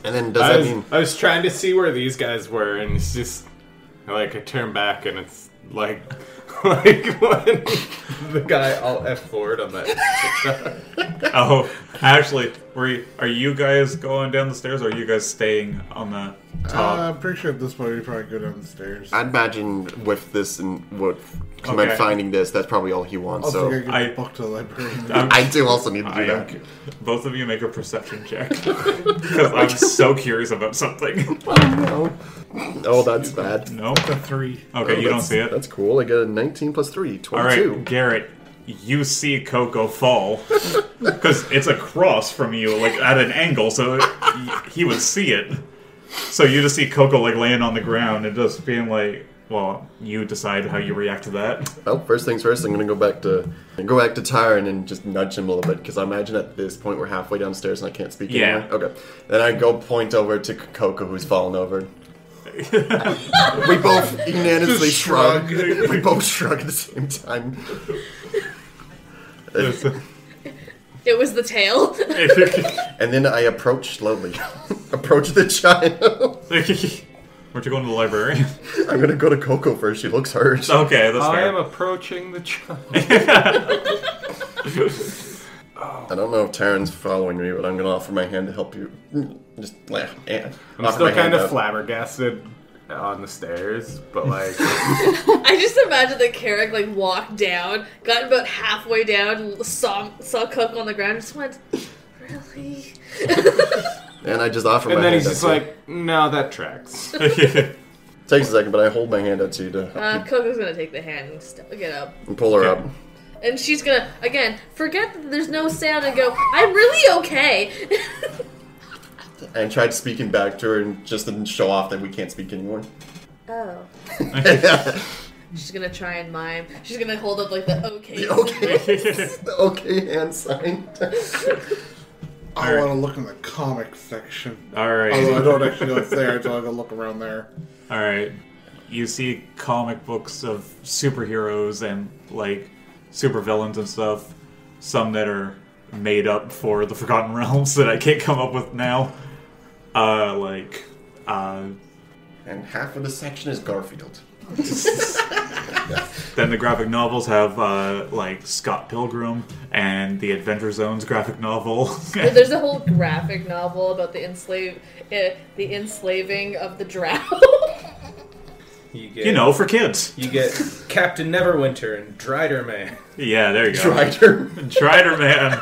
And then does
I
that
was,
mean
I was trying to see where these guys were, and it's just like I turn back, and it's like like when the guy all f forward on that.
Oh, actually, were you, are you guys going down the stairs, or are you guys staying on the top?
Uh, I'm pretty sure at this point we probably go down the stairs.
I'd imagine with this and with Clement
Okay.
finding this, that's probably all he wants.
also,
So
I
I-
get book to the library.
I'm-
I do also need to do
I am
that.
cu- both of you make a perception check because I'm so curious about something.
Oh, that's bad.
No,
Three.
okay, you don't
That's-
see it.
That's cool. I got a 19 plus 3,
All right,
22.
Garrett, you see Coco fall because it's across from you, like at an angle, so y- he would see it. So you just see Coco like laying on the ground and just being like, "Well, you decide how you react to that."
Well, first things first, I'm gonna go back to go back to Tyron and just nudge him a little bit because I imagine at this point we're halfway downstairs and I can't speak
Yeah.
anymore. Okay. Then I go point over to Coco who's fallen over. we both unanimously
Just shrug.
shrug. we both shrug at the same time.
it was the tail.
And then I approach slowly. approach the child.
Weren't you going to the library?
I'm gonna go to Coco first. She looks hurt.
Okay, that's
I
fair.
am approaching the child.
I don't know if Taryn's following me, but I'm gonna offer my hand to help you. Mm, Just yeah, yeah.
I'm still kind of flabbergasted on the stairs, but like
I just imagine that Carrick like walked down, got about halfway down, saw saw Coco on the ground, and just went, "Really?"
And I just offer my
and then
hand
he's
out
just
to you.
like, no, that tracks.
Takes a second, but I hold my hand out to you to help
Uh,
you
Coco's gonna take the hand and st- get up,
and pull her up.
and she's gonna again forget that there's no sound and go, "I'm really okay."
And tried speaking back to her and just didn't show off that we can't speak anymore.
oh,
okay,
she's gonna try and mime. She's gonna hold up like the okay.
the okay hand sign.
I want to look in the comic section.
All
Although I
right,
don't actually know it's there until I go look around there.
all right. You see comic books of superheroes and like supervillains and stuff. Some that are made up for the Forgotten Realms that I can't come up with now. Uh, like, uh,
And half of the section is Garfield.
then the graphic novels have uh, like Scott Pilgrim and the Adventure Zone's graphic novel.
There's a whole graphic novel about the enslave, uh, the enslaving of the drow.
You, get,
you know, for kids.
you get Captain Neverwinter and Drider Man.
Yeah, there you go.
Strider.
Strider Man.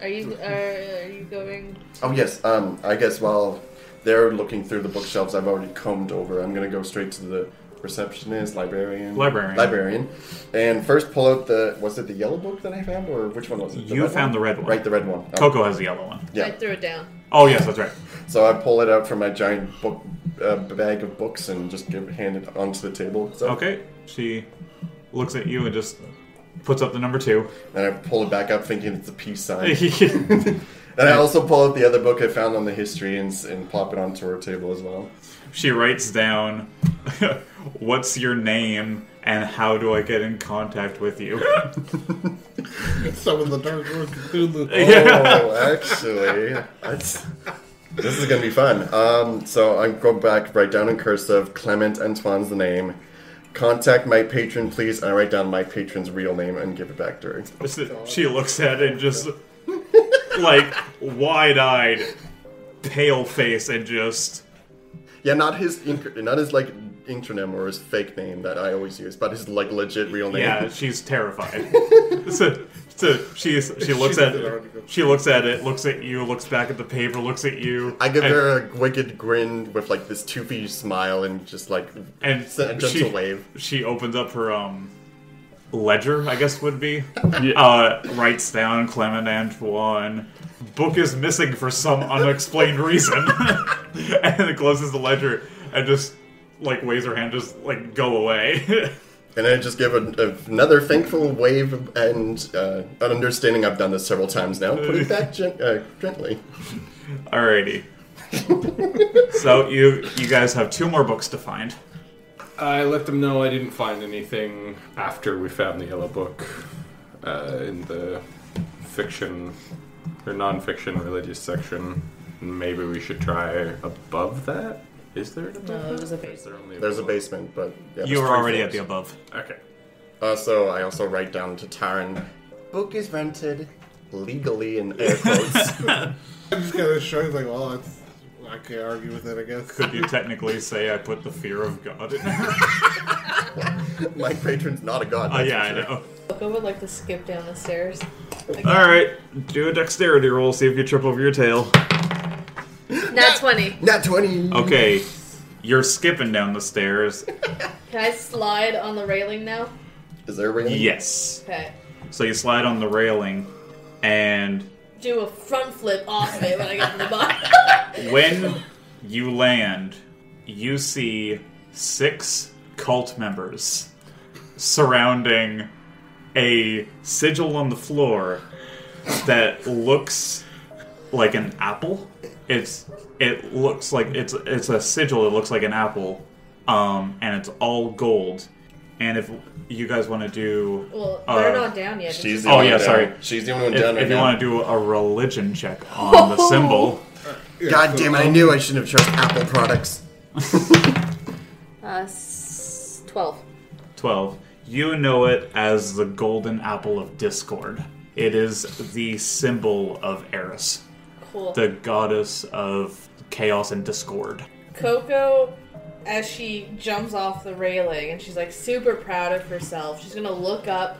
are you are, are you going?
Oh yes. Um, I guess while they're looking through the bookshelves, I've already combed over. I'm gonna go straight to the receptionist, librarian,
Librarian.
librarian, and first pull out the was it the yellow book that I found or which one was it?
You
red
found the red one.
Right, the red one. Oh,
Coco has the yellow one.
Yeah.
I threw it down.
Oh yes, that's right.
So I pull it out from my giant book uh, bag of books and just give hand it onto the table. So,
Okay. She looks at you and just puts up the number two.
And I pull it back up, thinking it's a peace sign.
okay.
and I also pull out the other book I found on the history and, s- and plop it onto her table as well.
She writes down, "What's your name and how do I get in contact with you?"
Some of the dark world Cthulhu.
yeah.
Oh, actually, that's. This is gonna be fun. Um, so I go back, write down in cursive. Clement Antoine's the name. Contact my patron, please. And I write down my patron's real name and give it back to her.
So She looks at it and just like wide-eyed, pale face, and just
Yeah, not his, inc- not his like intronym or his fake name that I always use, but his like legit real name.
Yeah, she's terrified. so, so she's she looks
She's
at
an article.
she looks at it, looks at you, looks back at the paper, looks at you.
I give
and-
her a wicked grin with like this toothy smile and just like
and
s- a gentle
she,
wave.
She opens up her um ledger, I guess would be.
Yeah.
Uh, writes down Clement Antoine. Book is missing for some unexplained reason, and then closes the ledger and just like waves her hand, just like go away.
And I just give a, a- another thankful wave and uh, an understanding. I've done this several times now. Put it back gen- uh, gently.
Alrighty. so you you guys have two more books to find.
I let them know I didn't find anything after we found the yellow book uh, in the fiction or non-fiction religious section. Maybe we should try above that. Is there an above?
No,
that?
it was a
Or is there only
There's a
below?
basement, but yeah,
You
there's
are
three
already at the
floors.
above.
Okay.
Also, I also write down to Taryn. Book is rented legally in air quotes.
I'm just kind of shrugged, like, well, that's, I can't argue with it, I guess.
Could you technically say I put the fear of God in there?
My patron's not a god.
Oh
that's
yeah,
for
I
sure.
know.
Coco would like to skip down the stairs.
Alright, do a dexterity roll, see if you trip over your tail.
Not 20.
Nat twenty.
Okay, you're skipping down the stairs.
Can I slide on the railing now?
Is there a ring?
Yes.
Okay.
So you slide on the railing, and
Do a front flip off of it when I get to the bottom.
when you land, you see six cult members surrounding a sigil on the floor that looks like an apple. It's it looks like it's it's a sigil. It looks like an apple, um, and it's all gold. And if you guys want to do,
well, they're
Uh,
not down yet.
She's
She's
the
Oh,
only
yeah,
one
sorry.
down. She's the only one
if,
down right
if you
now.
want to do a religion check on the symbol,
Yeah,
God
so
damn it! I knew I shouldn't have chose Apple products.
uh, s- 12.
12. You know it as the golden apple of discord. It is the symbol of Eris,
Cool.
the goddess of chaos and discord.
Coco, as she jumps off the railing and she's like super proud of herself, she's gonna look up,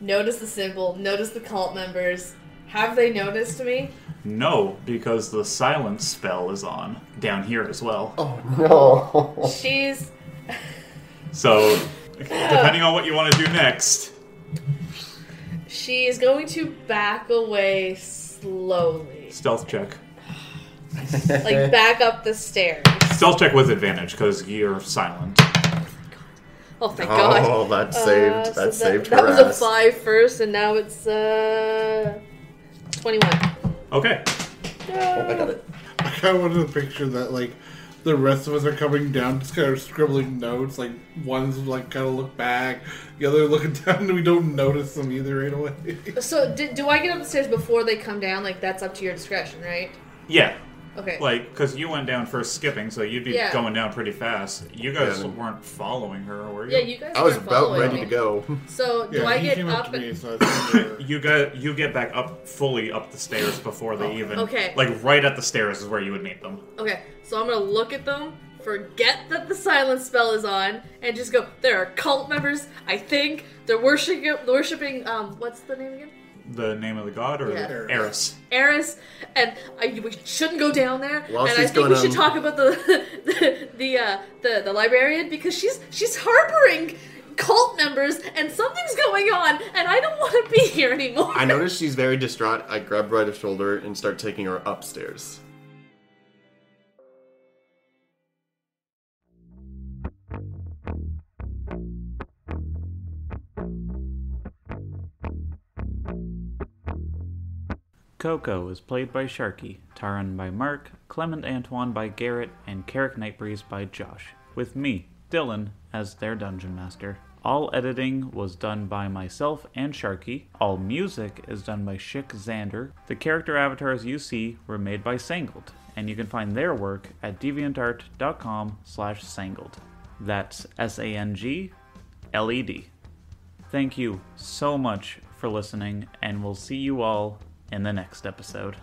notice the symbol, notice the cult members. Have they noticed me?
No, because the silence spell is on down here as well.
She's
So, depending on what you want to do next,
she is going to back away slowly,
stealth check.
like back up the stairs.
Stealth check with advantage because you're silent.
Oh thank God!
Oh, that saved.
Uh,
that
so
saved
that
her
was a
ass.
five first, and now it's uh twenty-one.
Okay.
Oh, I got it.
I kind of wanted to picture that, like, the rest of us are coming down, just kind of scribbling notes. Like, one's, like, kind of look back, the other looking down, and we don't notice them either right away.
So do, do I get up the stairs before they come down? Like that's up to your discretion, right?
Yeah.
Okay.
Like, because you went down first skipping, so you'd be
Yeah.
going down pretty fast. You guys
Yeah.
weren't following her, were you?
yeah, you guys.
I was
weren't
about
following
ready
me.
to go.
So do
Yeah,
I
he
get
came
up?
to
and-
me, so I think, uh,
You got you get back up fully up the stairs before they even
Okay.
like right at the stairs is where you would meet them.
okay, so I'm gonna look at them, forget that the silence spell is on, and just go. There are cult members. I think they're worshiping. Worshiping. Um, what's the name again?
The name of the god or
Yeah.
the Eris.
Eris, and I, we shouldn't go down there.
While
and I
she's
think we
going
should
on-
talk about the the the, uh, the the librarian because she's she's harboring cult members, and something's going on, and I don't want to be here anymore.
I notice she's very distraught. I grab her by the shoulder and start taking her upstairs.
Coco is played by Sharky, Taran by Mark, Clement Antoine by Garrett, and Carrick Nightbreeze by Josh, with me, Dylan, as their dungeon master. All editing was done by myself and Sharky. All music is done by Schick Xander. The character avatars you see were made by Sangled, and you can find their work at deviantart.com slash Sangled. That's S-A-N-G-L-E-D. Thank you so much for listening, and we'll see you all in the next episode.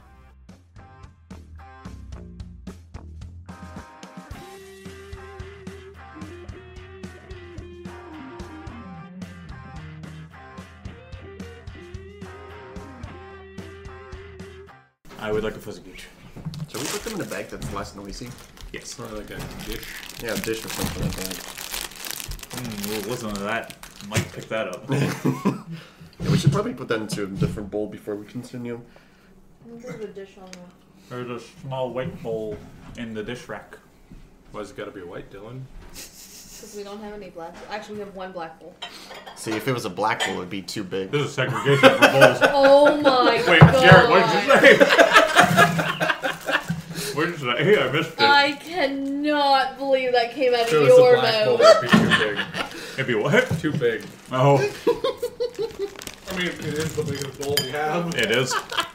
I would like a fuzzy peach.
Should we put them in a bag that's less noisy?
Yes.
Or like a dish.
Yeah, a dish or something like that.
Mm, we'll listen to that. Mike picked that up.
Yeah, we should probably put that into a different bowl before we continue.
This is a dish on the.
There's a small white bowl in the dish rack.
Why's it gotta be white, Dylan?
Because we don't have any black. Actually, we have one black bowl.
See, if it was a black bowl, it'd be too big.
This is segregation for bowls.
Oh my
Wait,
god.
Jared, what did you say? what did you say? I missed it.
I cannot believe that came out of
If it was
your
a black bowl,
mouth.
that'd be too big.
Maybe what?
Too big.
Oh,
I mean, it is the biggest bowl we have.
it is.